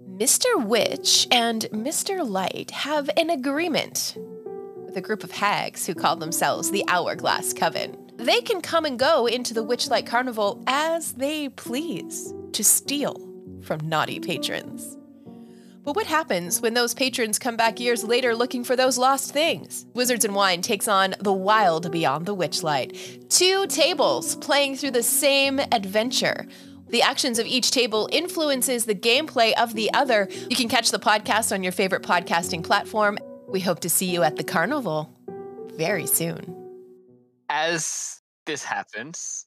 Mr. Witch and Mr. Light have an agreement with a group of hags who call themselves the Hourglass Coven. They can come and go into the Witchlight Carnival as they please to steal from naughty patrons. But what happens when those patrons come back years later looking for those lost things? Wizards and Wine takes on The Wild Beyond the Witchlight. Two tables playing through the same adventure. The actions of each table influences the gameplay of the other. You can catch the podcast on your favorite podcasting platform. We hope to see you at the carnival very soon. As this happens,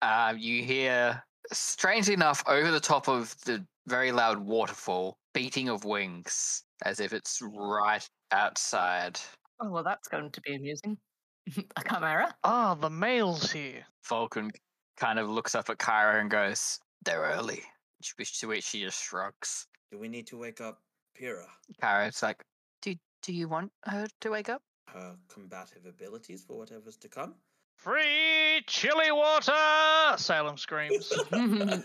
uh, you hear, strangely enough, over the top of the very loud waterfall, beating of wings, as if it's right outside. Oh, well, that's going to be amusing. a chimera? Ah, the male's here. Vulcan kind of looks up at Kyra and goes, "They're early." To which, to which she just shrugs. Do we need to wake up Pyrrha? Kyra's like, "Do do you want her to wake up?" Her combative abilities for whatever's to come? Free chilly water! Salem screams.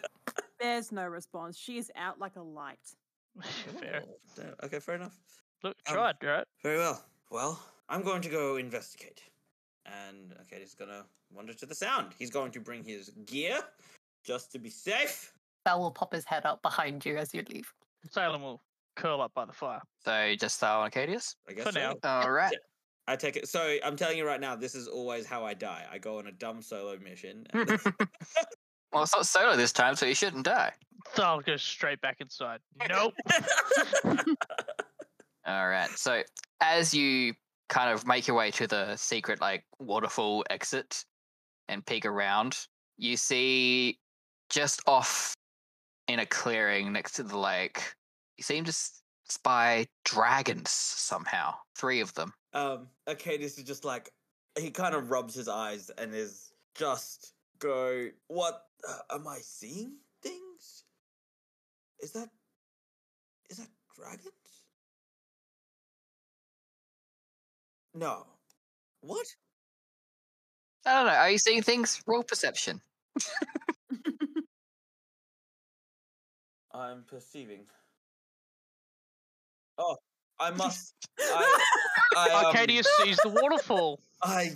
There's no response. She is out like a light. fair. Oh, damn, Okay, fair enough. Look, Um, tried, right? Very well. Well, I'm going to go investigate. And okay, he's gonna wander to the sound. He's going to bring his gear just to be safe. Bell will pop his head up behind you as you leave. Salem will curl up by the fire. So just Thal and Acadius. I guess For so. now. All right. I take it. So I'm telling you right now, this is always how I die. I go on a dumb solo mission. and then- Well, it's not solo this time, so you shouldn't die. Thal goes straight back inside. Um, Nope. All right. So as you kind of make your way to the secret like waterfall exit and peek around, you see just off in a clearing next to the lake, you seem to s- spy dragons somehow. Three of them. um, okay, this is just like he kind of rubs his eyes and is just go. What uh, am I seeing? Things? Is that? Is that dragons? No. What? I don't know. Are you seeing things? Roll perception. I'm perceiving. Oh, I must. I, I, um, Arcadius sees the waterfall. I,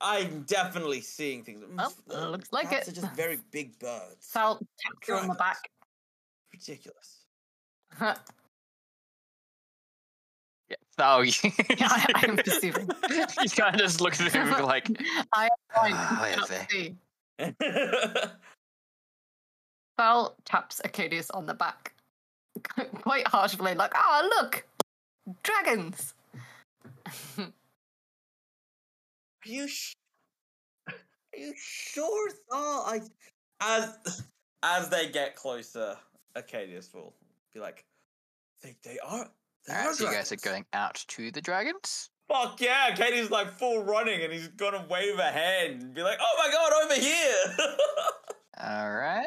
I'm definitely seeing things. Mm, Oh, f- uh, looks like bats it. Are just very big birds. Sal taps you on the back. Ridiculous. I Yeah. Oh, you am perceiving. you kind of just look at him like, I Ah, am where's blind. see. I Sal taps Arcadius on the back. Quite harshly, like, ah, look! Dragons! Are you sh- Are you sure? Oh, I as as they get closer, Acadius will be like, "Think they are." They all right, are so you guys are dragons." going out to the dragons. Fuck yeah! Acadius is like full running, and he's gonna wave a hand and be like, "Oh my god, over here!" All right.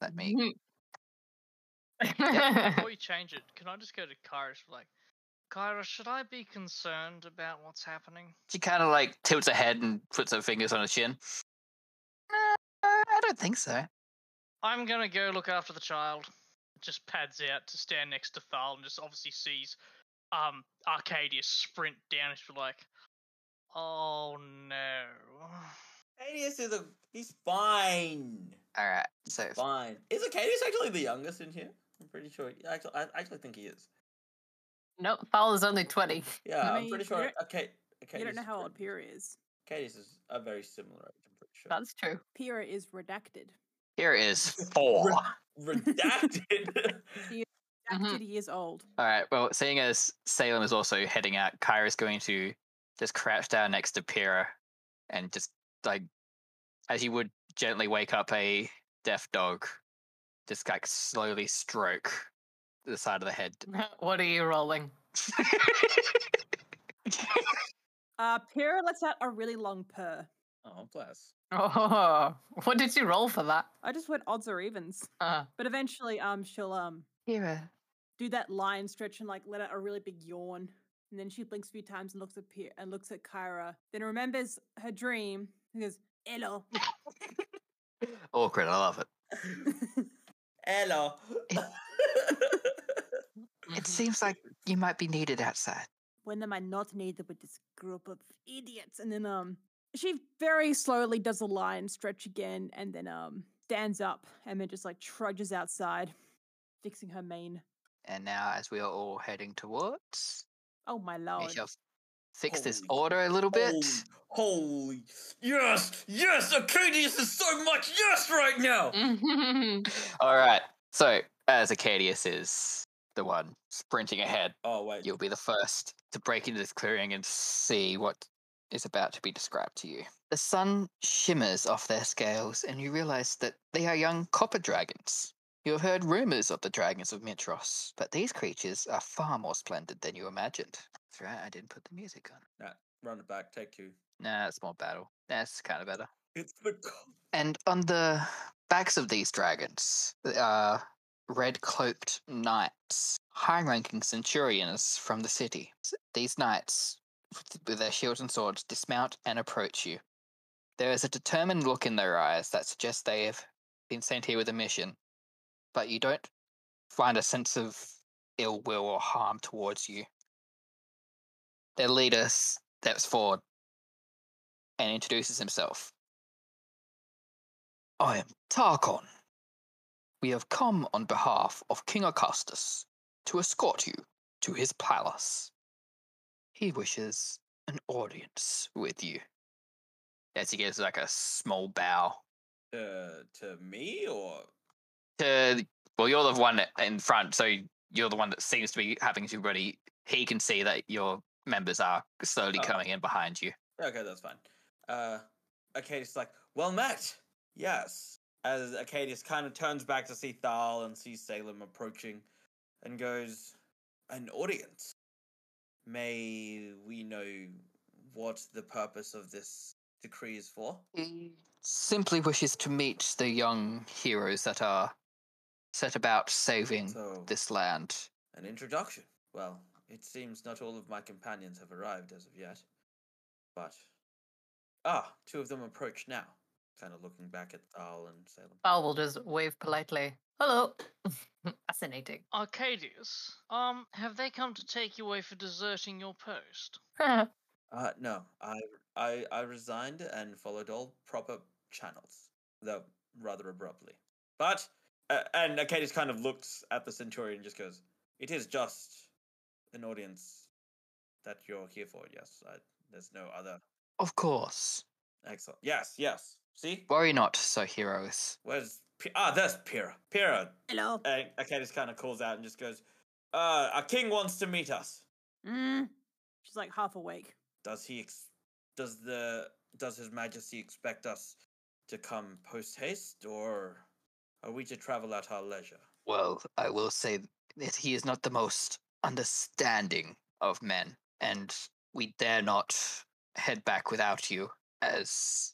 Let me. Before you change it, can I just go to Kyra for like, Kyra, should I be concerned about what's happening? She kind of like tilts her head and puts her fingers on her chin. No, I don't think so. I'm gonna go look after the child. Just pads out to stand next to Thal and just obviously sees um Arcadia sprint down and she's like, Oh no. Acadius is a he's fine. All right. So Fine. Is Acadius actually the youngest in here? I'm pretty sure. I actually, I actually think he is. no, Fowl is only 20. Yeah, I am mean, pretty you sure. don't- Okay, Acadius. you don't know is how old pretty- Pyrrha is. Acadius is a very similar age. I'm pretty sure. That's true. Pyrrha is redacted. here is four. All redacted. Mhm. Redacted years old. right. Well, seeing as Salem is also heading out, Kyra's going to just crouch down next to Pyrrha and just like, as you would gently wake up a deaf dog, just like slowly stroke the side of the head. What are you rolling? Uh, Pyrrha lets out a really long purr. oh, bless. Oh, what did you roll for that? I just went odds or evens, Uh, but eventually, um, she'll um Pyrrha. do that lion stretch and like let out a really big yawn, and then she blinks a few times and looks at Pyrrha and looks at Kyra, then remembers her dream and goes, "Hello." Awkward. I love it. Hello. It seems like you might be needed outside. when am I not needed with this group of idiots? And then um she very slowly does a line stretch again and then um stands up and then just like trudges outside, fixing her mane. And now, as we are all heading towards, Oh my we lord. shall fix this Holy- order a little bit. Holy, holy. Yes, yes, Acadius is so much yes right now. Mm, All right. So, as Acadius is the one sprinting ahead, Oh, wait. you'll be the first to break into this clearing and see what is about to be described to you. The sun shimmers off their scales, and you realize that they are young copper dragons. You have heard rumors of the dragons of Mitros, but these creatures are far more splendid than you imagined. That's right, I didn't put the music on. Run it back, take two. Nah, that's more battle. That's kind of better. It's the. co- And on the backs of these dragons are red cloaked knights, high ranking centurions from the city. S- These knights, with- with their shields and swords, dismount and approach you. There is a determined look in their eyes that suggests they have been sent here with a mission, but you don't find a sense of ill will or harm towards you. Their leader s- steps forward and introduces himself. I am Tarkon. We have come on behalf of King Acastus to escort you to his palace. He wishes an audience with you. As he gives like a small bow Uh, to me or to, well, you're the one in front, so you're the one that seems to be having to ready. He can see that your members are slowly Oh. coming in behind you. Okay, that's fine. Uh, Acadius is like, well met. Yes. As Acadius kind of turns back to see Thal and sees Salem approaching, and goes, an audience. May we know what the purpose of this decree is for? He simply wishes to meet the young heroes that are set about saving So, Mm, this land. an introduction. Well, it seems not all of my companions have arrived as of yet, but ah, two of them approach now. Kind of looking back at Thal and Salem. Val will just wave politely. Hello. Fascinating. Arcadius, um, have they come to take you away for deserting your post? Uh, no, I, I, I resigned and followed all proper channels, though rather abruptly. But, uh, and Acadis kind of looks at the Centaurian and just goes, It is just an audience that you're here for, yes. I, there's no other. Of course. Excellent. Yes, yes. See? Worry not, so heroes. Where's. P- ah, there's Pyrrha. Pyrrha. Hello. And Acadis kind of calls out and just goes, uh, Our king wants to meet us. Mm. She's like half awake. Does he? Ex- does the? Does His Majesty expect us to come post haste, or are we to travel at our leisure? Well, I will say that he is not the most understanding of men, and we dare not head back without you, as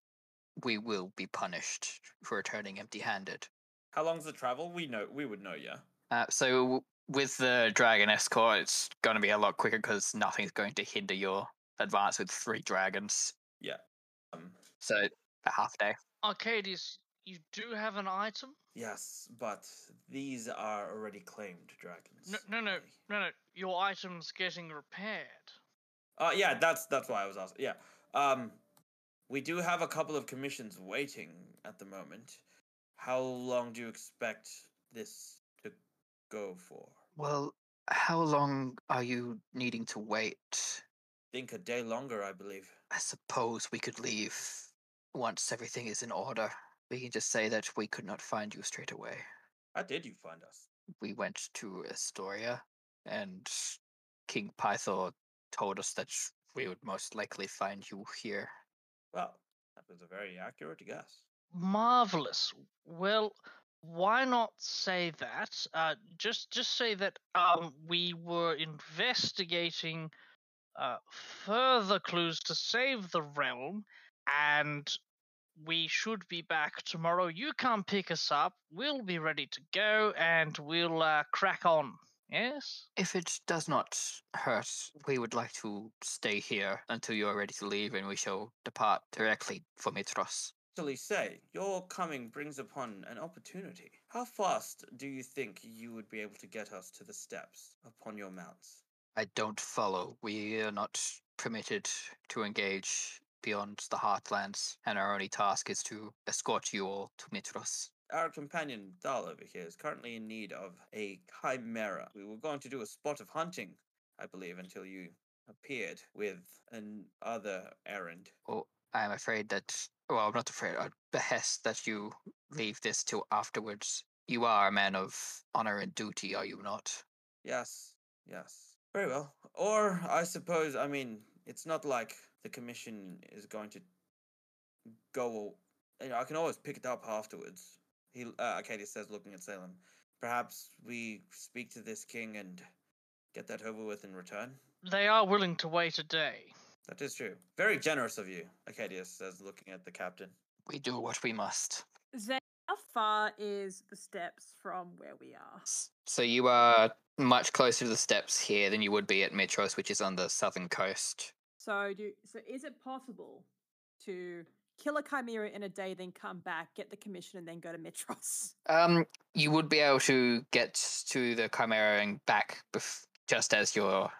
we will be punished for returning empty handed. How long's the travel? We know. We would know, yeah. Uh, so, with the dragon escort, it's going to be a lot quicker because nothing's going to hinder your advance with three dragons. Um, So, a half day. Arcadius, you do have an item? yes, but these are already claimed dragons. No, no, no, aren't they? no, no. Your item's getting repaired. Uh, yeah, that's that's why I was asking. Yeah. Um, we do have a couple of commissions waiting at the moment. How long do you expect this to go for? Well, how long are you needing to wait? Think a day longer, I believe. I suppose we could leave once everything is in order. We can just say that we could not find you straight away. How did you find us? We went to Astoria, and King Pythor told us that we would most likely find you here. Well, that was a very accurate guess. Marvelous. Well, why not say that? Uh, just, just say that um, we were investigating uh, further clues to save the realm, and we should be back tomorrow. You come pick us up. We'll be ready to go, and we'll uh, crack on. Yes. If it does not hurt, we would like to stay here until you are ready to leave, and we shall depart directly for Mitros. Actually, say your coming brings upon an opportunity. How fast do you think you would be able to get us to the steps upon your mounts? I don't follow. We are not permitted to engage beyond the heartlands, and our only task is to escort you all to Mitros. Our companion Thal over here is currently in need of a chimera. We were going to do a spot of hunting, I believe, until you appeared with another errand. Well, I am afraid that. Well, I'm not afraid. I behest that you leave this till afterwards. You are a man of honor and duty, are you not? Yes, yes. Very well. Or I suppose, I mean, it's not like the commission is going to go. You know, I can always pick it up afterwards. He, uh, Arcadia says, looking at Salem. Perhaps we speak to this king and get that over with in return. They are willing to wait a day. That is true. Very generous of you, Arcadius says, looking at the captain. We do what we must. Zane, how far is the steps from where we are? S- So you are much closer to the steps here than you would be at Metros, which is on the southern coast. So do so is it possible to kill a chimera in a day, then come back, get the commission, and then go to Metros? Um, you would be able to get to the Chimera and back bef- just as your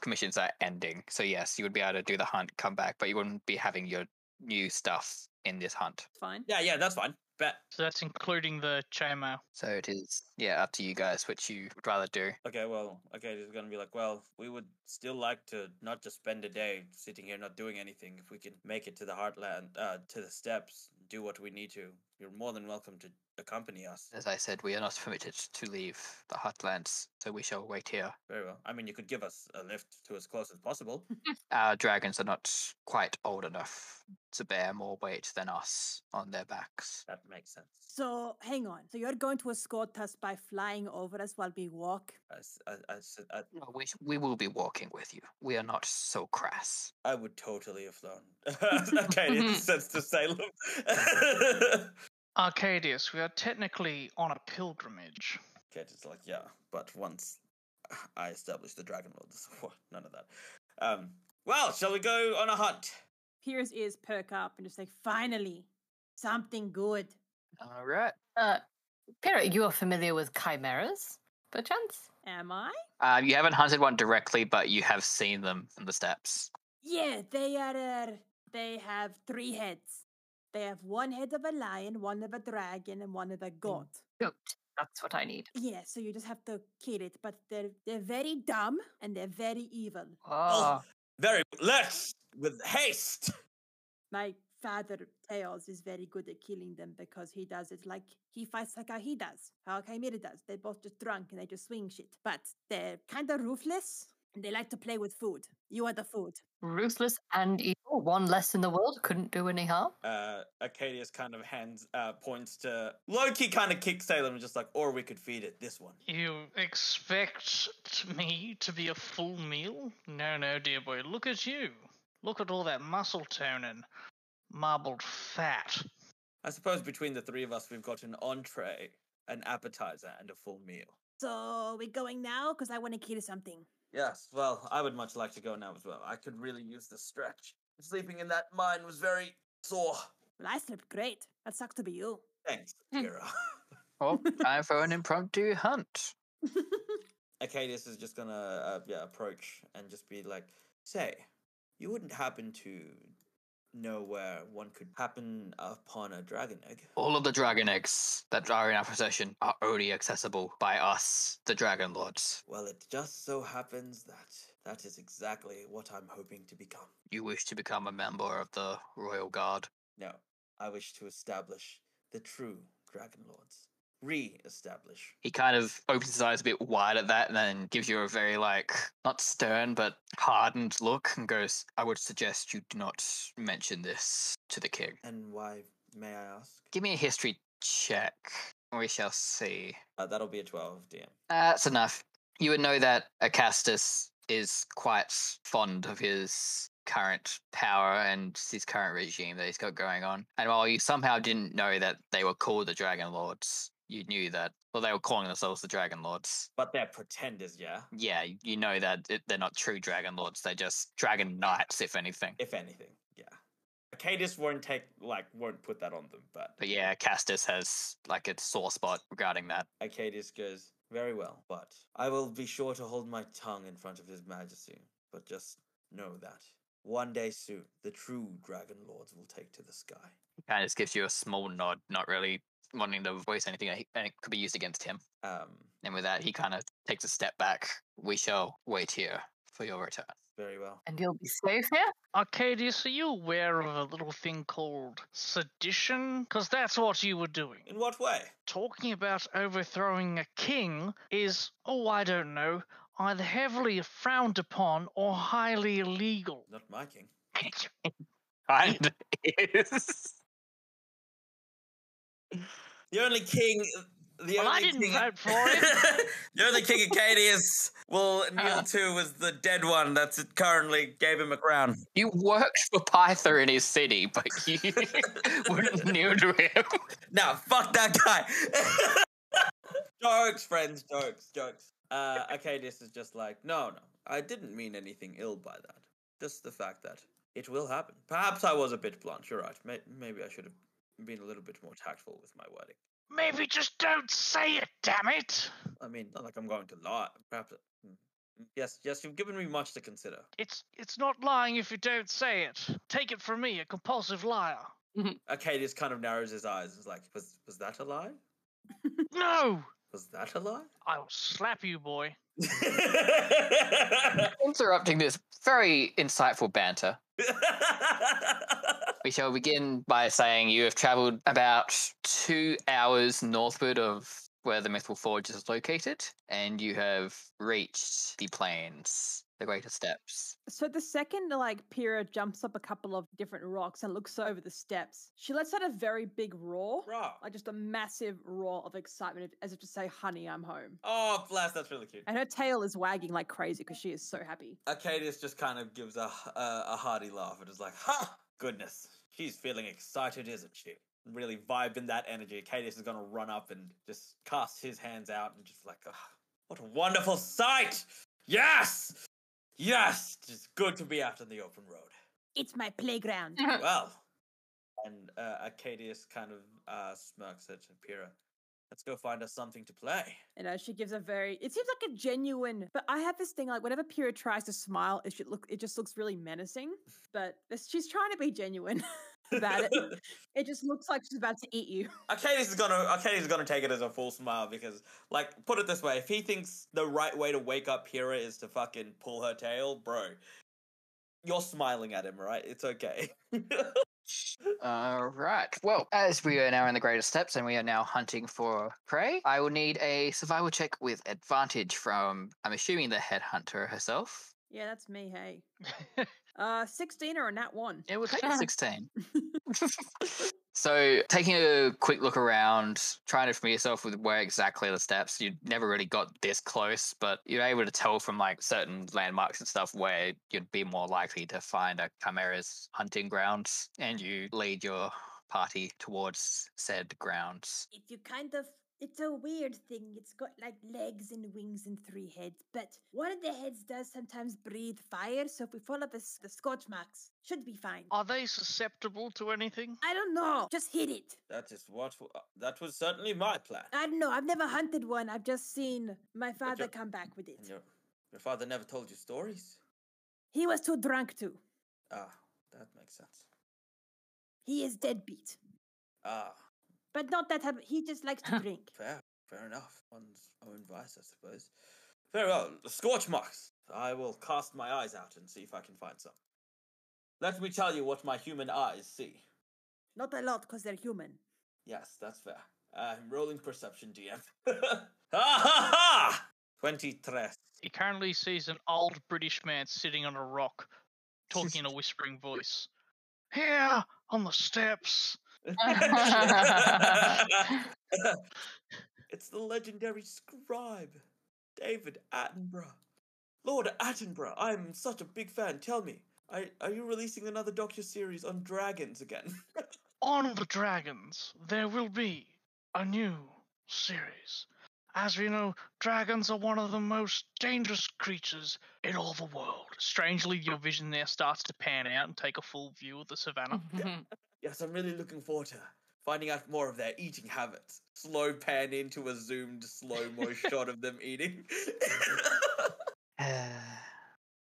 commissions are ending. So yes, you would be able to do the hunt, come back, but you wouldn't be having your new stuff in this hunt. It's fine. Yeah, yeah, that's fine. Bet. So that's including the chainmail. So it is yeah up to you guys which you would rather do. Okay, well, Arcadius is going to be like, well, we would still like to not just spend a day sitting here not doing anything. If we can make it to the heartland, uh, to the steps, do what we need to, you're more than welcome to accompany us. As I said, we are not permitted to leave the heartlands, so we shall wait here. Very well. I mean, you could give us a lift to as close as possible. Our dragons are not quite old enough to bear more weight than us on their backs. that makes sense. So hang on. So you're going to escort us by flying over us while we walk? I, s- I- I s- I- No, we, sh- we will be walking with you. We are not so crass. I would totally have flown. Arcadius says to Salem. Arcadius, we are technically on a pilgrimage. Cat is like, yeah, but once I establish the Dragon Lord, this- wha- none of that. Um, well, shall we go on a hunt? Pierre's ears perk up and just like, finally, something good. All right. Uh, Pierre, you are familiar with chimeras, perchance? Am I? Um, you haven't hunted one directly, but you have seen them in the steps. Yeah, they are. Uh, they have three heads. They have one head of a lion, one of a dragon, and one of a god. Goat. That's what I need. Yeah, so you just have to kill it. But they're they're very dumb and they're very evil. Oh, Very let's with haste. My father Tails is very good at killing them because he does it like he fights like how he does, how Chimera does. They're both just drunk and they just swing shit. But they're kind of ruthless and they like to play with food. You are the food. ruthless and evil. One less in the world couldn't do any harm. Uh, Arcadius kind of hands uh, points to Loki, kind of kicks Salem, and just like, or we could feed it this one. You expect me to be a full meal? No, no, dear boy. Look at you. Look at all that muscle tone and marbled fat. I suppose between the three of us, we've got an entree, an appetizer, and a full meal. So we're going now because I want to kill something. Yes, well, I would much like to go now as well. I could really use the stretch. Sleeping in that mine was very sore. Well, I slept great. That sucked to be you. Thanks, Hmm. Kira. Well, time for an impromptu hunt. Acadius is just gonna uh, yeah approach and just be like, "Say, you wouldn't happen to know where one could happen upon a dragon egg?" All of the dragon eggs that are in our possession are only accessible by us, the Dragon Lords. Well, it just so happens that that is exactly what I'm hoping to become. You wish to become a member of the Royal Guard. No, I wish to establish the true dragon lords, re-establish. He kind of opens his eyes a bit wide at that and then gives you a very, like, not stern, but hardened look and goes, I would suggest you do not mention this to the king. And why, may I ask? Give me a history check. We shall see. Uh, that'll be a twelve, DM. That's enough. You would know that Acastus is quite fond of his current power and his current regime that he's got going on. And while you somehow didn't know that they were called the Dragon Lords, you knew that, well, they were calling themselves the Dragon Lords. But they're pretenders, yeah. Yeah, you- you know that it, they're not true Dragon Lords. They're just Dragon Knights, if anything. If anything, yeah. Cadis won't take like won't put that on them, but But yeah, Castus has like a sore spot regarding that. Acadius goes, Very well, but I will be sure to hold my tongue in front of His Majesty, but just know that one day soon the true Dragon Lords will take to the sky. Kind of just gives you a small nod, not really wanting to voice anything that he- that could be used against him. Um, And with that, he kind of takes a step back. We shall wait here for your return. very well. And you'll be safe here? Arcadius, are you aware of a little thing called sedition? Because that's what you were doing. In what way? Talking about overthrowing a king is, oh, I don't know, either heavily frowned upon or highly illegal. Not my king. And is The only king. The Well, I only didn't king, vote for it. the only king Acadius will Ah. kneel to was the dead one that's currently gave him a crown. you worked for Pyther in his city, but you wouldn't kneel to him. Now, fuck that guy. jokes, friends, jokes, jokes. Uh, Acadius is just like, no, no, I didn't mean anything ill by that. Just the fact that it will happen. Perhaps I was a bit blunt. You're right. May- maybe I should have been a little bit more tactful with my wording. Maybe just don't say it, damn it! I mean, not like I'm going to lie. Perhaps. mm, mm, Yes, yes, you've given me much to consider. It's it's not lying if you don't say it. Take it from me, a compulsive liar. Acadius kind of narrows his eyes and is like, was, was that a lie? No! Was that a lie? I'll slap you, boy. Interrupting this very insightful banter, we shall begin by saying you have traveled about two hours northward of where the Mythful Forge is located, and you have reached the plains, the Greater Steps. So the second like Pyrrha jumps up a couple of different rocks and looks over the steps, she lets out a very big roar. Right. Like just a massive roar of excitement as if to say, honey, I'm home. Oh, blast, that's really cute. And her tail is wagging like crazy because she is so happy. Acadius just kind of gives a, a, a hearty laugh and is like, ha! Goodness, she's feeling excited, isn't she? Really vibing that energy. Acadius is going to run up and just cast his hands out and just like, ah, what a wonderful sight! Yes! Yes! It's good to be out on the open road. It's my playground. Well, and uh, Acadius kind of uh, smirks at Pyrrha. Let's go find us something to play. You know, uh, she gives a very. It seems like a genuine. But I have this thing like whenever Pyrrha tries to smile, it should look. It just looks really menacing. But this- she's trying to be genuine about it. It just looks like she's about to eat you. Arcadius is gonna Arcadius is gonna take it as a full smile because, like, put it this way: if he thinks the right way to wake up Hera is to fucking pull her tail, bro, you're smiling at him, right? It's okay. All right. Well, as we are now in the Greater Steps and we are now hunting for prey, I will need a survival check with advantage from, I'm assuming, the headhunter herself. Yeah, that's me. Hey, uh, sixteen or a nat one. It will take a 16. so, taking a quick look around, trying to familiar yourself with where exactly the steps, you never really got this close, but you're able to tell from like certain landmarks and stuff where you'd be more likely to find a chimera's hunting grounds, and you lead your party towards said grounds. if you kind of it's a weird thing. It's got like legs and wings and three heads, but one of the heads does sometimes breathe fire, so if we follow the, s- the scorch marks, should be fine. Are they susceptible to anything? I don't know. Just hit it. that is what w- that was certainly my plan. I don't know. I've never hunted one. I've just seen my father you're- come back with it. And your your father never told you stories. He was too drunk to. Ah, that makes sense. He is deadbeat. Ah, But not that hab- he just likes to drink. fair, fair enough. One's own vice, I suppose. Very well. The scorch marks. I will cast my eyes out and see if I can find some. Let me tell you what my human eyes see. Not a lot, because they're human. Yes, that's fair. I'm rolling perception, DM. ha ha ha! 23. He currently sees an old British man sitting on a rock, talking in a whispering voice. Here on the steps. it's the legendary scribe, David Attenborough. Lord Attenborough, I'm such a big fan. Tell me, are, are you releasing another docu-series on dragons again? On the dragons, there will be a new series. As we know, dragons are one of the most dangerous creatures in all the world. Strangely, your vision there starts to pan out and take a full view of the savannah. Mm-hmm. Yes, I'm really looking forward to finding out more of their eating habits. Slow pan into a zoomed slow mo shot of them eating. Uh,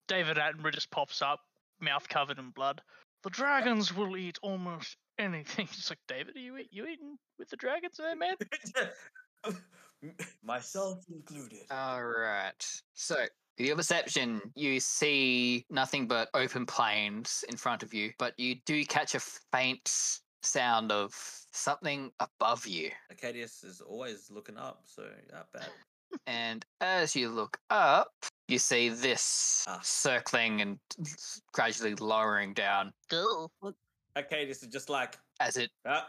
David Attenborough just pops up, mouth covered in blood. The dragons will eat almost anything. It's like, David, are you, eat- you eating with the dragons there, man? Myself included. All right. So, with your perception, you see nothing but open plains in front of you, but you do catch a faint sound of something above you. Acadius is always looking up, so not bad. And as you look up, you see this Ah. circling and gradually lowering down Go. Acadius is just like, as it ah,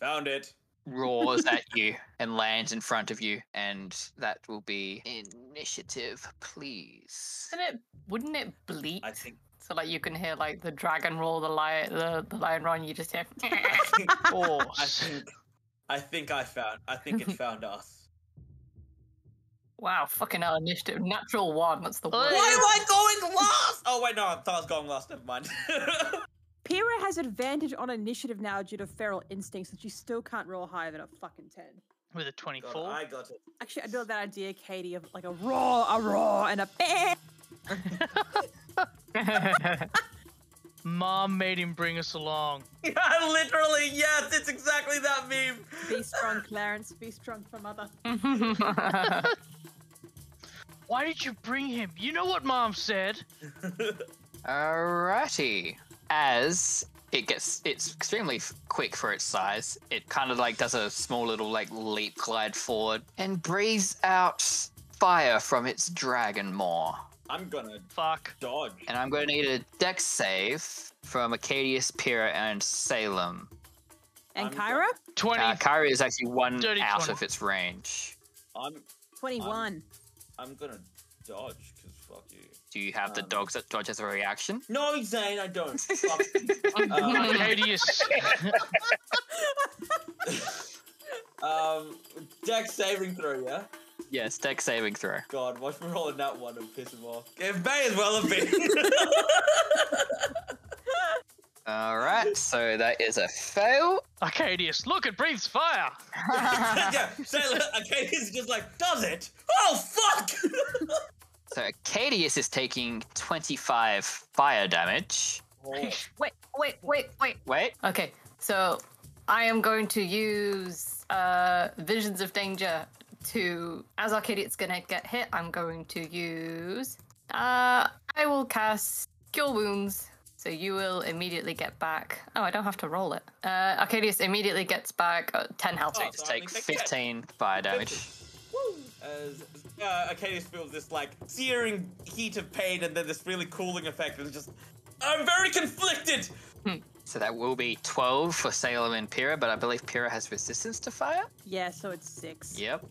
found it. roars at you and lands in front of you. And that will be initiative, please. Isn't it? Wouldn't it bleat? I think. So like you can hear like the dragon roar, the lion, the, the lion roar, and you just hear. I think. I Horse. think. I think I found. I think it found us. wow, fucking hell, initiative, natural one. That's the Oi. worst. Why am I going last? Oh wait, no, I thought I was going last. Never mind. Pyrrha has advantage on initiative now due to feral instincts, and she still can't roll higher than a fucking 10. With a God, 24. I got it. Actually, I do have that idea, Katie, of like a roar, a roar, and a bang. Mom made him bring us along. Yeah, literally, yes, it's exactly that meme. Be strong, Clarence. Be strong for mother. Why did you bring him? You know what Mom said. Alrighty. As it gets, it's extremely f- quick for its size. It kind of like does a small little like leap glide forward and breathes out fire from its dragon maw. I'm gonna Fuck. dodge. And I'm going to need a dex save from Acadius, Pyrrha, and Salem. And I'm Kyra? 20. Uh, Kyrie is actually one Dirty out 20. of its range. I'm 21. I'm gonna dodge because fuck you. Do you have the Um, dogs that dodge as a reaction? No, Zane, I don't. Fuck you. Um, Arcadius. Um, Dex saving throw, yeah? Yes, dex saving throw. God, watch me rolling that one and piss him off. It may as well have been. All right, so that is a fail. Arcadius, look, it breathes fire. yeah, Sailor, okay, he's just like, does it? Oh, fuck! So Acadius is taking 25 fire damage. wait, wait, wait, wait. Wait, Okay, so I am going to use uh, Visions of Danger to, as Arcadia's gonna get hit, I'm going to use. Uh, I will cast Cure Wounds, so you will immediately get back. Oh, I don't have to roll it. Uh, Arcadius immediately gets back uh, 10 health. Oh, so you just so I take only take that. 15 fire damage. Woo! As uh, Arcadius feels this like searing heat of pain and then this really cooling effect and just, I'm very conflicted! So that will be 12 for Salem and Pyrrha, but I believe Pyrrha has resistance to fire. Yeah, so it's 6. Yep,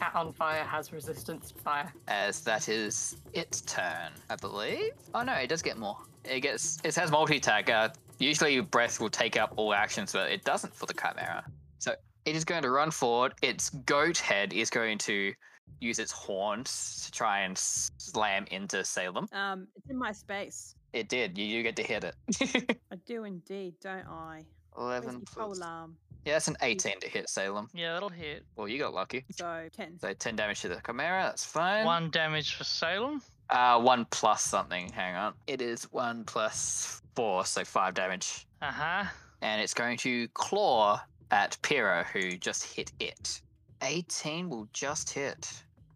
Cat on fire has resistance to fire. as that is its turn, I believe. Oh no, it does get more. It gets it has multi-tag. Uh, usually your breath will take up all actions, but it doesn't for the chimera. So it is going to run forward. Its goat head is going to use its horns to try and slam into Salem. Um, it's in my space. It did. You do get to hit it. I do indeed, don't I? Where's Eleven the plus. pole arm? Yeah, that's an eighteen to hit Salem. Yeah, that'll hit. Well, you got lucky. So 10. So ten damage to the chimera. That's fine. One damage for Salem. Uh, one plus something. Hang on. It is one plus four, so five damage. Uh huh. And it's going to claw at Pero, who just hit it. 18 will just hit.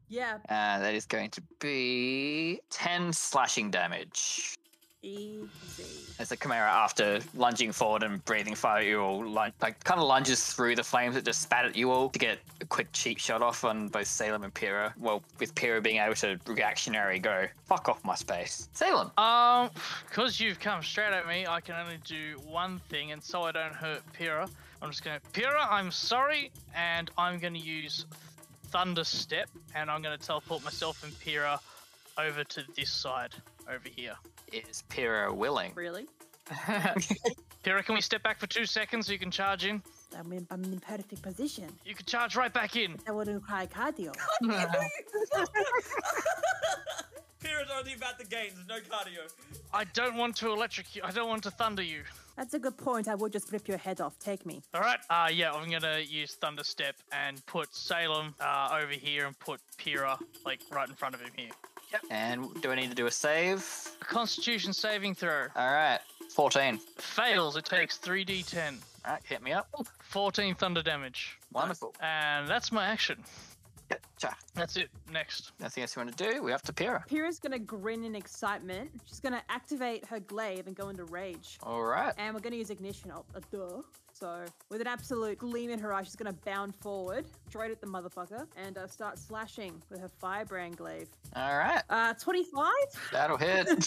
Yeah. Uh, that is going to be 10 slashing damage. Easy. As the Chimera, after lunging forward and breathing fire at you all, lun- like kind of lunges through the flames that just spat at you all to get a quick cheap shot off on both Salem and Pyrrha. Well, with Pyrrha being able to reactionary go, fuck off my space. Salem, Um, because you've come straight at me, I can only do one thing, and so I don't hurt Pyrrha, I'm just gonna Pyrrha, I'm sorry, and I'm gonna use Thunder Step, and I'm gonna teleport myself and Pyrrha over to this side, over here. is Pyrrha willing? Really? Pyrrha, can we step back for two seconds so you can charge in? I'm in, I'm in perfect position. You can charge right back in. I wouldn't require cardio. Pyrrha's only about the gains, no cardio. I don't want to electrocute. I don't want to thunder you. That's a good point. I will just rip your head off. Take me. All right. Uh, yeah, I'm gonna use Thunder Step and put Salem uh, over here and put Pyrrha like right in front of him here. And do I need to do a save? Constitution saving throw All right, 14. fails. It takes 3d10. All right, hit me up. 14 thunder damage, Wonderful. and that's my action. Cha. That's it. Next. Nothing else you want to do? We have to Pyrrha. Pyrrha's gonna grin in excitement. She's gonna activate her glaive and go into rage. All right. And we're gonna use ignition. Oh, uh, duh. So, with an absolute gleam in her eye, she's gonna bound forward, straight at the motherfucker, and uh, start slashing with her firebrand glaive. All right. Uh, 25? That'll hit.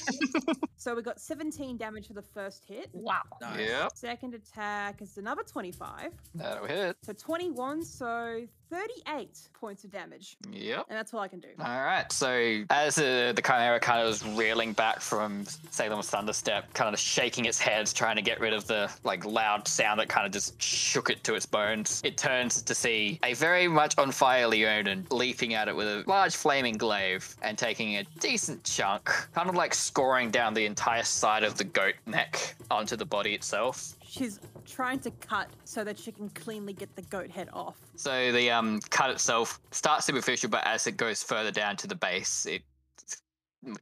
So, we got 17 damage for the first hit. Wow. Nice. yep. Second attack is another 25. That'll hit. So, 21, so 38 points of damage. Yep. And that's all I can do. All right. So as uh, the chimera kind of was reeling back from Salem's thunderstep, kind of shaking its head, trying to get rid of the like loud sound that kind of just shook it to its bones, it turns to see a very much on fire Leonin leaping at it with a large flaming glaive and taking a decent chunk, kind of like scoring down the entire side of the goat neck onto the body itself. She's trying to cut so that she can cleanly get the goat head off. So the um, cut itself starts superficial, but as it goes further down to the base, it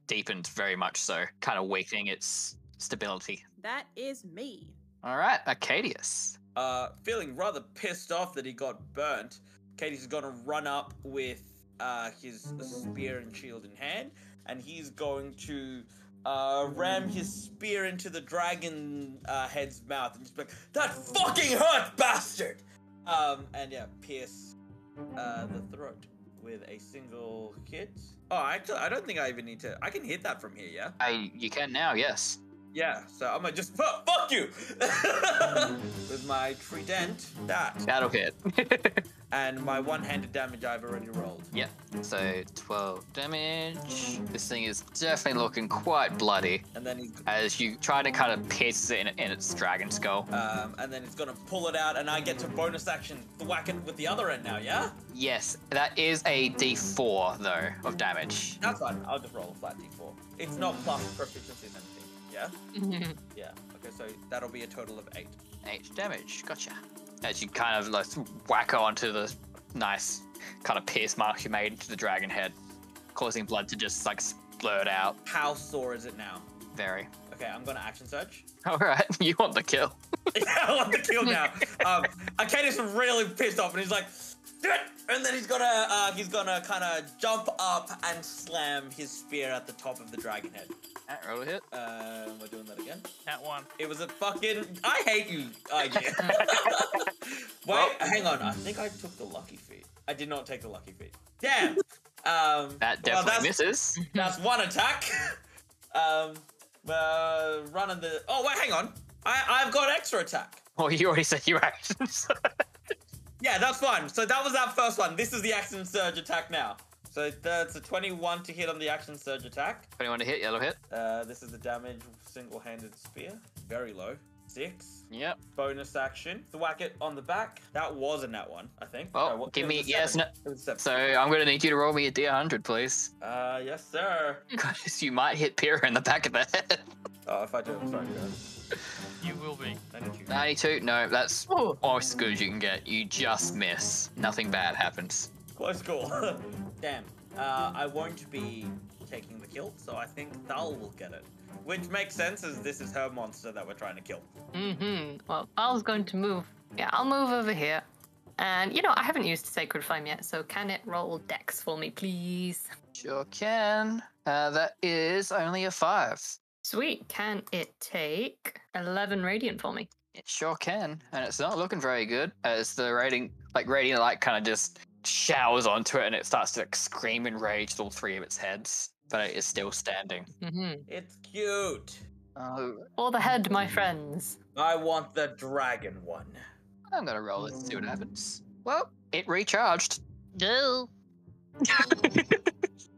deepened very much so, kind of weakening its stability. That is me. All right, Arcadius. Uh, feeling rather pissed off that he got burnt, Katie's gonna run up with uh, his spear and shield in hand, and he's going to uh, ram his spear into the dragon uh, head's mouth and just be like, "That fucking hurt, bastard!" Um, and yeah, pierce uh, the throat with a single hit. Oh, actually, I don't think I even need to. I can hit that from here, yeah. I, Uh, you can now, yes. Yeah. So I'm gonna just fuck, fuck you with my trident. That. That'll hit. and my one-handed damage I've already rolled. yep. So 12 damage. This thing is definitely looking quite bloody And then he's as you try to kind of pierce it in, in its dragon skull. um, and then he's gonna pull it out, and I get to bonus action thwack it with the other end now. Yeah, Yes, that is a d4 though of damage. that's fine. I'll just roll a flat d4. It's not plus proficiency or anything. Yeah, yeah. Okay, so that'll be a total of eight. Eight damage. Gotcha. As you kind of like whack onto the nice kind of pierce mark you made to the dragon head, causing blood to just like splurt out. How sore is it now? Very. Okay, I'm gonna action search. All right, you want the kill? yeah, I want the kill now. Um, Arcadius is really pissed off, and he's like, "Do it!" And then he's gonna uh, he's gonna kind of jump up and slam his spear at the top of the dragon head. That roll a hit. Um, we're doing that again. That one. It was a fucking. I hate you idea. Wait, Well- hang on. I think I took the lucky feet. I did not take the lucky feet. Damn. Um, That well, definitely that's, misses. That's one attack. um, uh, running the. Oh wait, hang on. I I've got extra attack. Well, you already said your actions. Yeah, that's fine. So that was our first one. This is the action surge attack now. So that's a 21 to hit on the action surge attack. Twenty-one to hit. Yellow hit. Uh, this is the damage single-handed spear. Very low. Six. Yep. bonus action. Thwack it on the back. That was a net one, I think. Well, No, what- Oh, give it me- was a yes, seven. It was a seven. So I'm gonna need you to roll me a d100, please. Uh, yes, sir. Because you might hit Pyrrha in the back of the head. Oh, if I do, I'm sorry, guys. You will be. Thank you. Ninety-two. No, that's Oh. almost as good as you can get. You just miss. Nothing bad happens. Close call. Damn. Uh, I won't be taking the kill, so I think Thal will get it. Which makes sense, as this is her monster that we're trying to kill. hmm Well, I was going to move. Yeah, I'll move over here. And you know, I haven't used Sacred Flame yet, so can it roll Dex for me, please? Sure can. Uh, that is only a five. Sweet. Can it take eleven radiant for me? It sure can, and it's not looking very good. As the radiant, like radiant light, kind of just showers onto it, and it starts to like, scream in rage at all three of its heads. But it is still standing. Mm-hmm. It's cute. Uh, For the head, my friends. I want the dragon one. I'm gonna roll it and see what happens. Well, it recharged. No.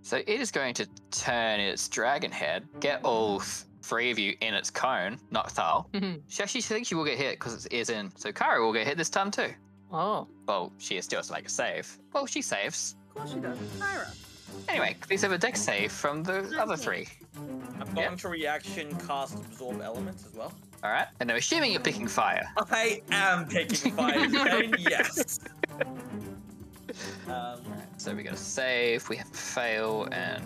So it is going to turn its dragon head, get all f- three of you in its cone, not Thal, Mhm. she actually thinks she will get hit because it's ears in. So Kara will get hit this time too. Oh. Well, she still has to make a save. Well, she saves. Of course she does. Kyra. Anyway, please have a deck save from the other three. I'm going to reaction cast absorb elements as well. All right. And I'm assuming you're picking fire. I am picking fire. Kane, yes. Um, So we got a save, we have a fail, and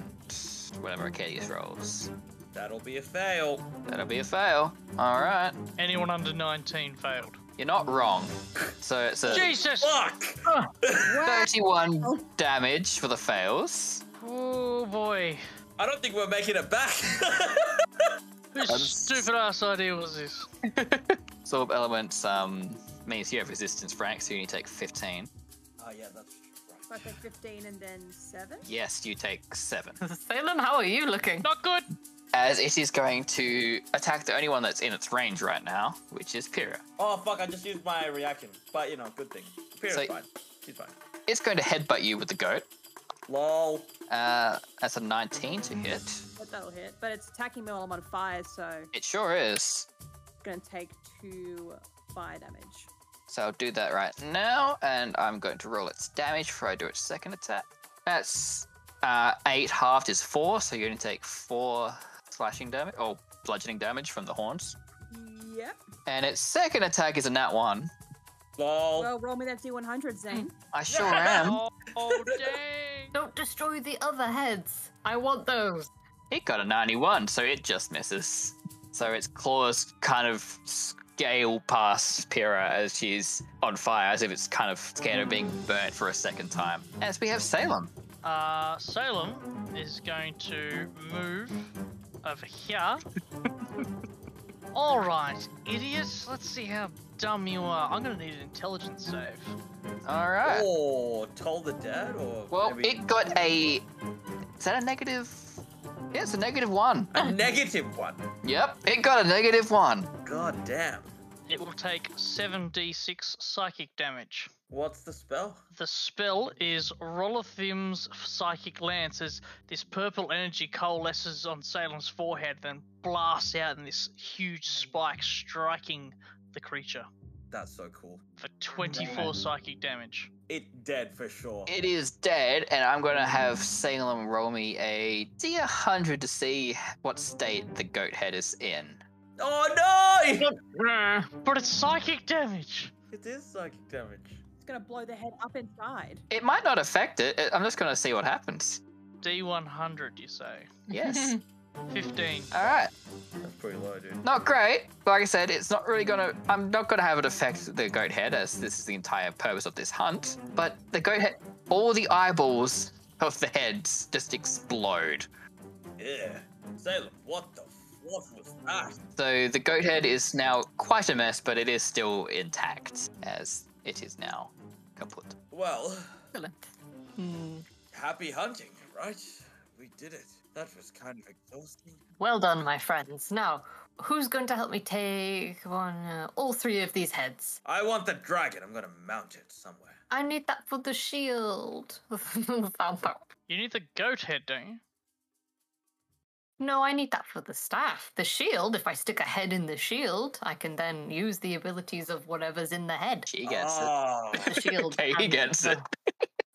whatever Arcadius rolls. that'll be a fail. That'll be a fail. All right. Anyone under 19 failed. You're not wrong. So it's a Jesus! Fuck. 31 damage for the fails. Oh boy. I don't think we're making it back. Oh, Whose I'm s- stupid ass idea was this? Absorb elements um, means you have resistance, Frank, so you need to take 15. oh yeah, that's So I take 15 and then 7. Yes, you take 7. Salem, how are you looking? Not good. As it is going to attack the only one that's in its range right now, which is Pyrrha. Oh fuck! I just used my reaction, but you know, good thing. Pyrrha's So- fine. She's fine. It's going to headbutt you with the goat. Lol. Uh, that's a 19 to hit. But that'll hit. But it's attacking me while I'm on fire, so It sure is. it's going to take 2 fire damage. So I'll do that right now, and I'm going to roll its damage before I do its second attack. That's uh, eight halved is four, so you're going to take four slashing damage or bludgeoning damage from the horns. Yep. And its second attack is a nat one. Lol. Well, roll me that D100, Zane. I sure am. Oh, oh dang. Don't destroy the other heads. I want those. It got a 91, so it just misses. So its claws kind of scale past Pyrrha as she's on fire, as if it's kind of scared of being burnt for a second time. As we have Salem. Uh, Salem is going to move over here. All right, idiots. Let's see how dumb you are. I'm gonna need an intelligence save. All right. Or Oh, toll the dead, or Well, maybe it got a. Is that a negative? Yeah, it's a negative one. a negative one. Yep, it got a negative one. God damn. It will take 7d6 psychic damage. What's the spell? The spell is Rolithim's Psychic Lance as this purple energy coalesces on Salem's forehead, then blasts out in this huge spike, striking the creature That's so cool. for 24 psychic damage. It dead for sure. It is dead, and I'm gonna have Salem roll me a d100 to see what state the goat head is in. oh no! But it's psychic damage! It is psychic damage. It's going to blow the head up inside. It might not affect it. I- I'm just gonna see what happens. D100, you say? Yes. 15. All right. That's pretty low, dude. Not great. but Like I said, it's not really gonna. I'm not gonna have it affect the goat head, as this is the entire purpose of this hunt. But the goat head, all the eyeballs of the heads just explode. Yeah. Salem, what the what was that? So the goat head is now quite a mess, but it is still intact, as it is now kaput. Well, Excellent. happy hunting, right? We did it. That was kind of exhausting. Well done, my friends. Now, who's going to help me take on uh, all three of these heads? I want the dragon. I'm gonna mount it somewhere. I need that for the shield. You need the goat head, don't you? no, I need that for the staff. The shield, if I stick a head in the shield, I can then use the abilities of whatever's in the head. She gets oh, The shield. Okay, he gets it.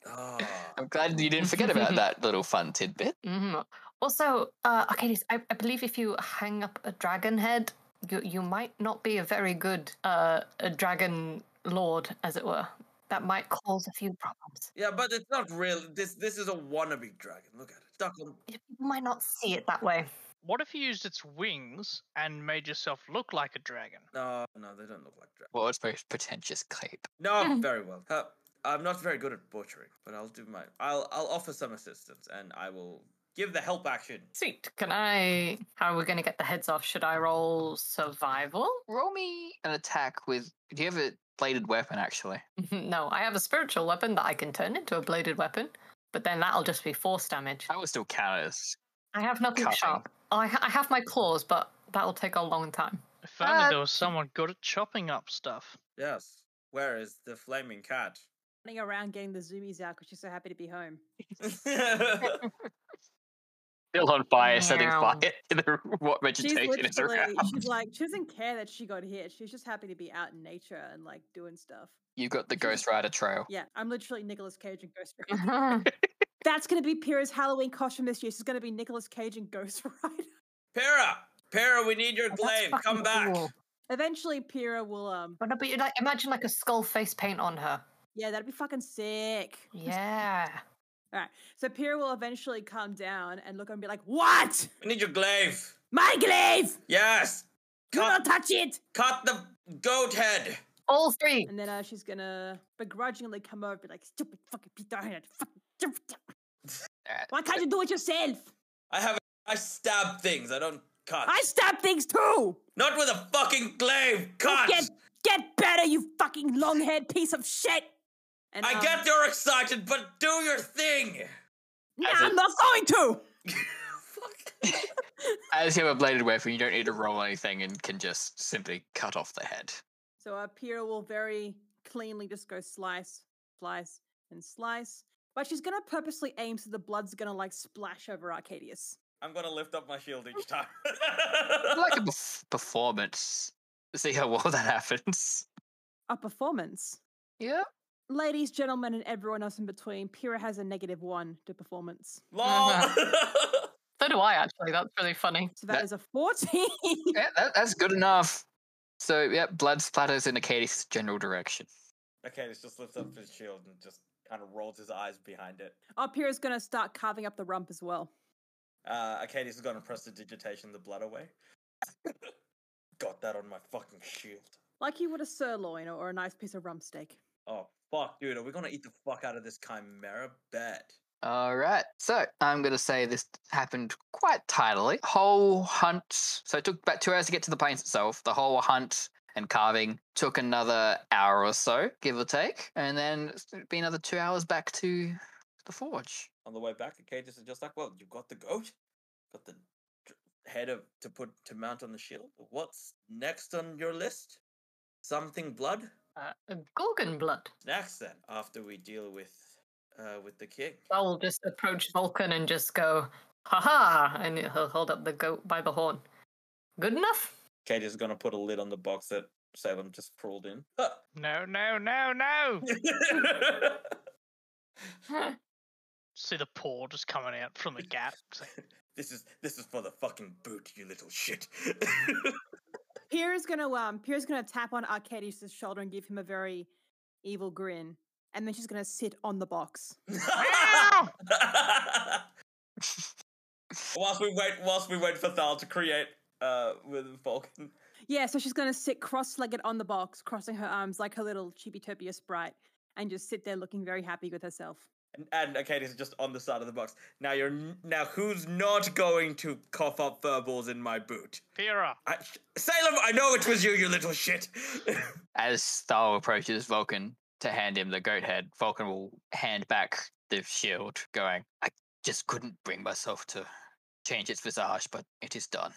oh. it. I'm glad you didn't forget about that little fun tidbit. Mhm. Also, uh, Arcadius, I, I believe if you hang up a dragon head, you you might not be a very good uh, a dragon lord, as it were. That might cause a few problems. Yeah, but it's not real. This this is a wannabe dragon. Look at it. Stuck on. People might not see it that way. What if you used its wings and made yourself look like a dragon? No, no, they don't look like dragons. Well, it's most pretentious cape. No, very well. Uh, I'm not very good at butchering, but I'll do my. I'll I'll offer some assistance, and I will give the help action. Sweet. Can I? How are we going to get the heads off? Should I roll survival? Roll me an attack with. Do you have a bladed weapon, actually? no, I have a spiritual weapon that I can turn into a bladed weapon, but then that'll just be force damage. That would still count as. I have nothing cutting. sharp. Oh, I, ha- I have my claws, but that'll take a long time. If only Uh, there was someone good at chopping up stuff. Yes. Where is the flaming cat? Running around getting the zoomies out because she's so happy to be home. That's still on fire, setting Meow. fire to the, what She's vegetation is literally, around. she's like, she doesn't care that she got hit. She's just happy to be out in nature and like doing stuff. You've got the she's Ghost just- Rider trail. Yeah, I'm literally Nicolas Cage and Ghost Rider. Meow. That's gonna be Pyrrha's Halloween costume this year. She's gonna be Nicolas Cage and Ghost Rider. Para, Para, we need your That's glaive. fucking Come back. cool. Eventually, Pyrrha will. Um, But, Oh, no, but you like imagine like a skull face paint on her. yeah, that'd be fucking sick. Yeah. So Pyrrha will eventually come down and look and be like, "What? We need your glaive. My glaive? Yes. Do Cut, not touch it!" cut the goat head. All three. And then uh, she's gonna begrudgingly come over and be like, "Stupid fucking Peter, Heinlein, fucking stupid. Alright, why can't you do it yourself? I have. I stab things. I don't cut. I stab things too. Not with a fucking glaive. Cut. Get get better, you fucking long-haired piece of shit." And, I um, get you're excited, but do your thing. Nah, As a- I'm not going to. Fuck. As you have a bladed weapon, you don't need to roll anything and can just simply cut off the head. So our Pyrrha will very cleanly just go slice, slice, and slice. But she's gonna purposely aim so the blood's gonna like splash over Arcadius. I'm gonna lift up my shield each time. I'd like a perf- performance. See how well that happens. Our performance. Yeah. Ladies, gentlemen, and everyone else in between, Pyrrha has a negative one to performance. Lol. So do I actually. That's really funny. So that That- is a 14. yeah that, that's good enough. So, yeah, blood splatters in Acadia's general direction. okay, this just lifts up his shield and just kind of rolls his eyes behind it. our Pyrrha's gonna start carving up the rump as well. Uh, Arcadius is gonna press the digitation the blood away. Got that on my fucking shield. Like you would a sirloin or, or a nice piece of rump steak. Oh fuck, dude, are we gonna eat the fuck out of this chimera? Bet. All right. So I'm going to say this happened quite tidily. Whole hunt. So it took about two hours to get to the plains itself. The whole hunt and carving took another hour or so, give or take. And then it'd be another two hours back to the forge. On the way back, Arcadius is just like, "Well, you got the goat, got the dr- head of to put to mount on the shield. What's next on your list? Something blood." Uh, Gorgon blood. Next, then, after we deal with uh, with the king. I will just approach Vulcan and just go, ha ha, and he'll hold up the goat by the horn. Good enough? Kate is gonna put a lid on the box that Salem just crawled in. Ah. No, no, no, no. See the paw just coming out from the gap. It's like, this is this is for the fucking boot, you little shit. Pierre's gonna um Pierre's gonna tap on Arcadius' shoulder and give him a very evil grin. And then she's gonna sit on the box. whilst we wait, whilst we wait for Thal to create uh, with Vulcan. Yeah, so she's gonna sit cross-legged on the box, crossing her arms like her little Chibi-Topia sprite, and just sit there looking very happy with herself. And, and Arcadius is just on the side of the box. Now you're n- now who's not going to cough up furballs in my boot? Pyrrha. I, Salem, I know it was you, you little shit. As Thal approaches Vulcan to hand him the goat head, Vulcan will hand back the shield, going, I just couldn't bring myself to change its visage, but it is done.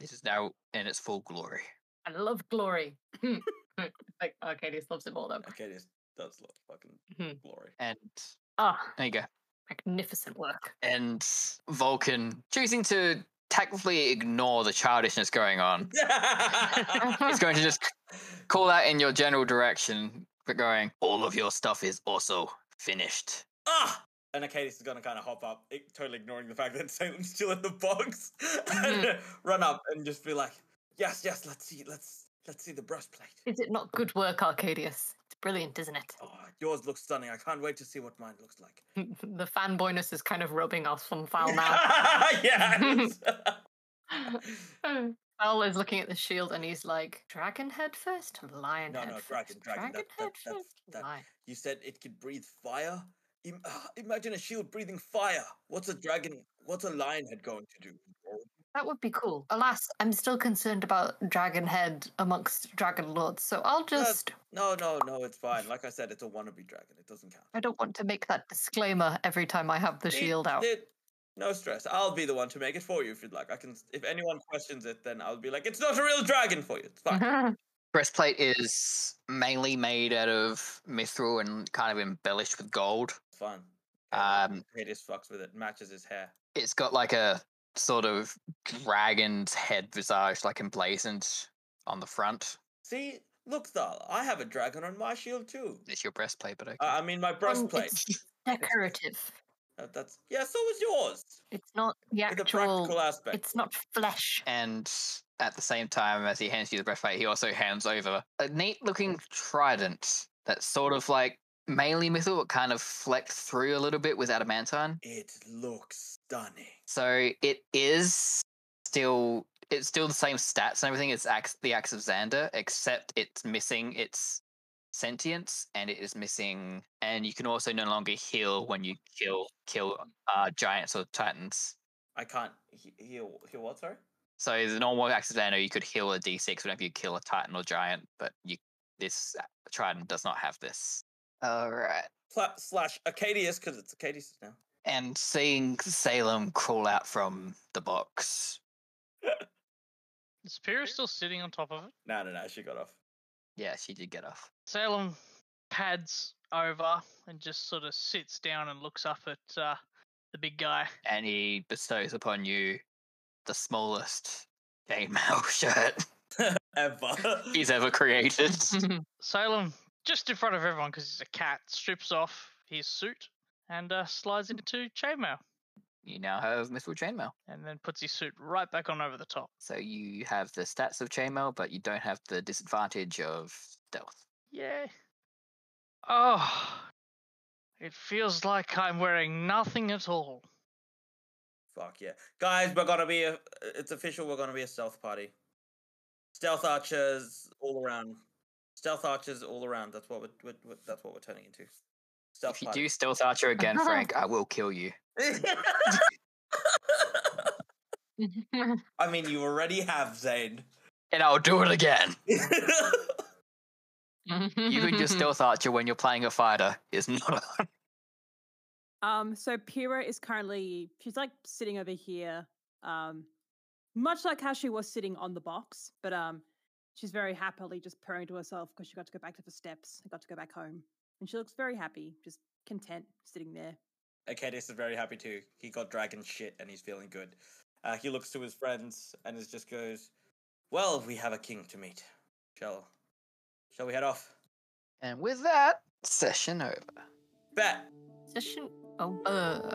This is now in its full glory. I love glory. like, Arcadius loves it all though. Arcadius does look fucking Mhm. glory. And Ah, there you go. magnificent work. and Vulcan choosing to tactfully ignore the childishness going on. It's going to just call out in your general direction, but going, all of your stuff is also finished. ah! And Arcadius is gonna kind of hop up, i- totally ignoring the fact that Salem's still in the box, and run up and just be like, "Yes, yes, let's see, let's let's see the breastplate. Is it not good work, Arcadius? It's brilliant, isn't it? Oh, yours looks stunning. I can't wait to see what mine looks like." the fanboyness is kind of rubbing off from Foul now. yes. Hmm. Foul is looking at the shield and he's like, Dragon head first? Lion No, head no, first. dragon, dragon, that- head that- that- first? that- Lion. you said it could breathe fire. Im- ah, imagine a shield breathing fire. What's a dragon? What's a lion head going to do? That would be cool. Alas, I'm still concerned about dragon head amongst dragon lords, so I'll just. No, no, no. It's fine. Like I said, it's a wannabe dragon. It doesn't count. I don't want to make that disclaimer every time I have the It- shield out. it- no stress. I'll be the one to make it for you if you'd like. I can. If anyone questions it, then I'll be like, it's not a real dragon for you. It's fine. Mm-hmm. Breastplate is mainly made out of mithril and kind of embellished with gold. It's fine. Um, he just fucks with it. Matches his hair. it's got like a sort of dragon's head visage, like emblazoned on the front. See, look, Thal, I have a dragon on my shield too. It's your breastplate, but okay. Uh, I mean, my breastplate. Oh, it's decorative. Uh, that's yeah. So is yours. It's not the In the practical actual. aspect. It's not flesh. and at the same time as he hands you the breastplate, he also hands over a neat looking trident that's sort of like mainly metal, but kind of flecked through a little bit with adamantine. It looks stunning. So it is still it's still the same stats and everything. It's ax, the axe of Xander, except it's missing its sentience and it is missing. And you can also no longer heal when you kill kill uh, giants or titans. I can't he- heal. Heal what? Sorry. So the normal axe of Xander, you could heal a d6 whenever you kill a titan or giant, but you this a- trident does not have this. All right. Pla- slash Acadius because it's Acadius now. And seeing Salem crawl out from the box, The Superior's still sitting on top of it. No, no, no. She got off. yeah, she did get off. Salem pads over and just sort of sits down and looks up at uh, the big guy. and he bestows upon you the smallest chainmail shirt Ever. he's ever created. Salem, just in front of everyone because he's a cat, strips off his suit and uh, slides into chainmail you now have mithril chainmail, and then puts his suit right back on over the top. so you have the stats of chainmail, but you don't have the disadvantage of stealth. Yeah. Oh, it feels like I'm wearing nothing at all. Fuck yeah, guys. We're gonna be. A, it's official. We're gonna be a stealth party. Stealth archers all around. Stealth archers all around. That's what we're. we're, we're that's what we're turning into. Stealth if you party. do stealth archer again, Frank, I will kill you. I mean, you already have Zane. And I'll do it again. That's You and your stealth archer when you're playing a fighter is not. A... Um, so Pyrrha is currently she's like sitting over here, um, much like how she was sitting on the box, but um, she's very happily just purring to herself because she got to go back to the steps and got to go back home, and she looks very happy, just content sitting there. Acadius is very happy too. He got dragon shit and he's feeling good. Uh, he looks to his friends and is just goes, "Well, we have a king to meet. Shall, shall we head off? And with that, session over. Bet." Session over.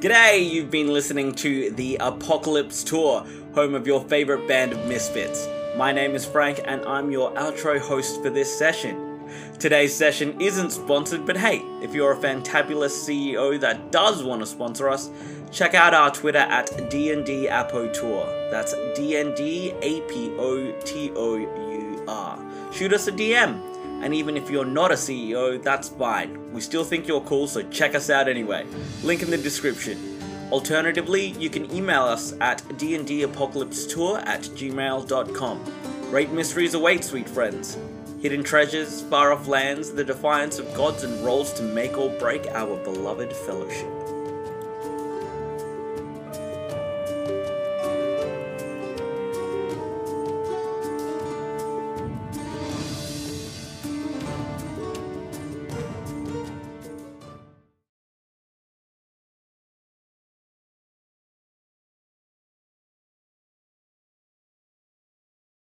G'day, you've been listening to the Apocalypse Tour, home of your favorite band of misfits. My name is Frank, and I'm your outro host for this session. Today's session isn't sponsored, but hey, if you're a fantabulous CEO that does want to sponsor us, check out our Twitter at DND Apo Tour. That's DND Shoot us a DM. And even if you're not a CEO, that's fine. We still think you're cool, so check us out anyway. Link in the description. Alternatively, you can email us at dndapocalypsetour at gmail.com. Great mysteries await, sweet friends. Hidden treasures, far off lands, the defiance of gods, and roles to make or break our beloved fellowship.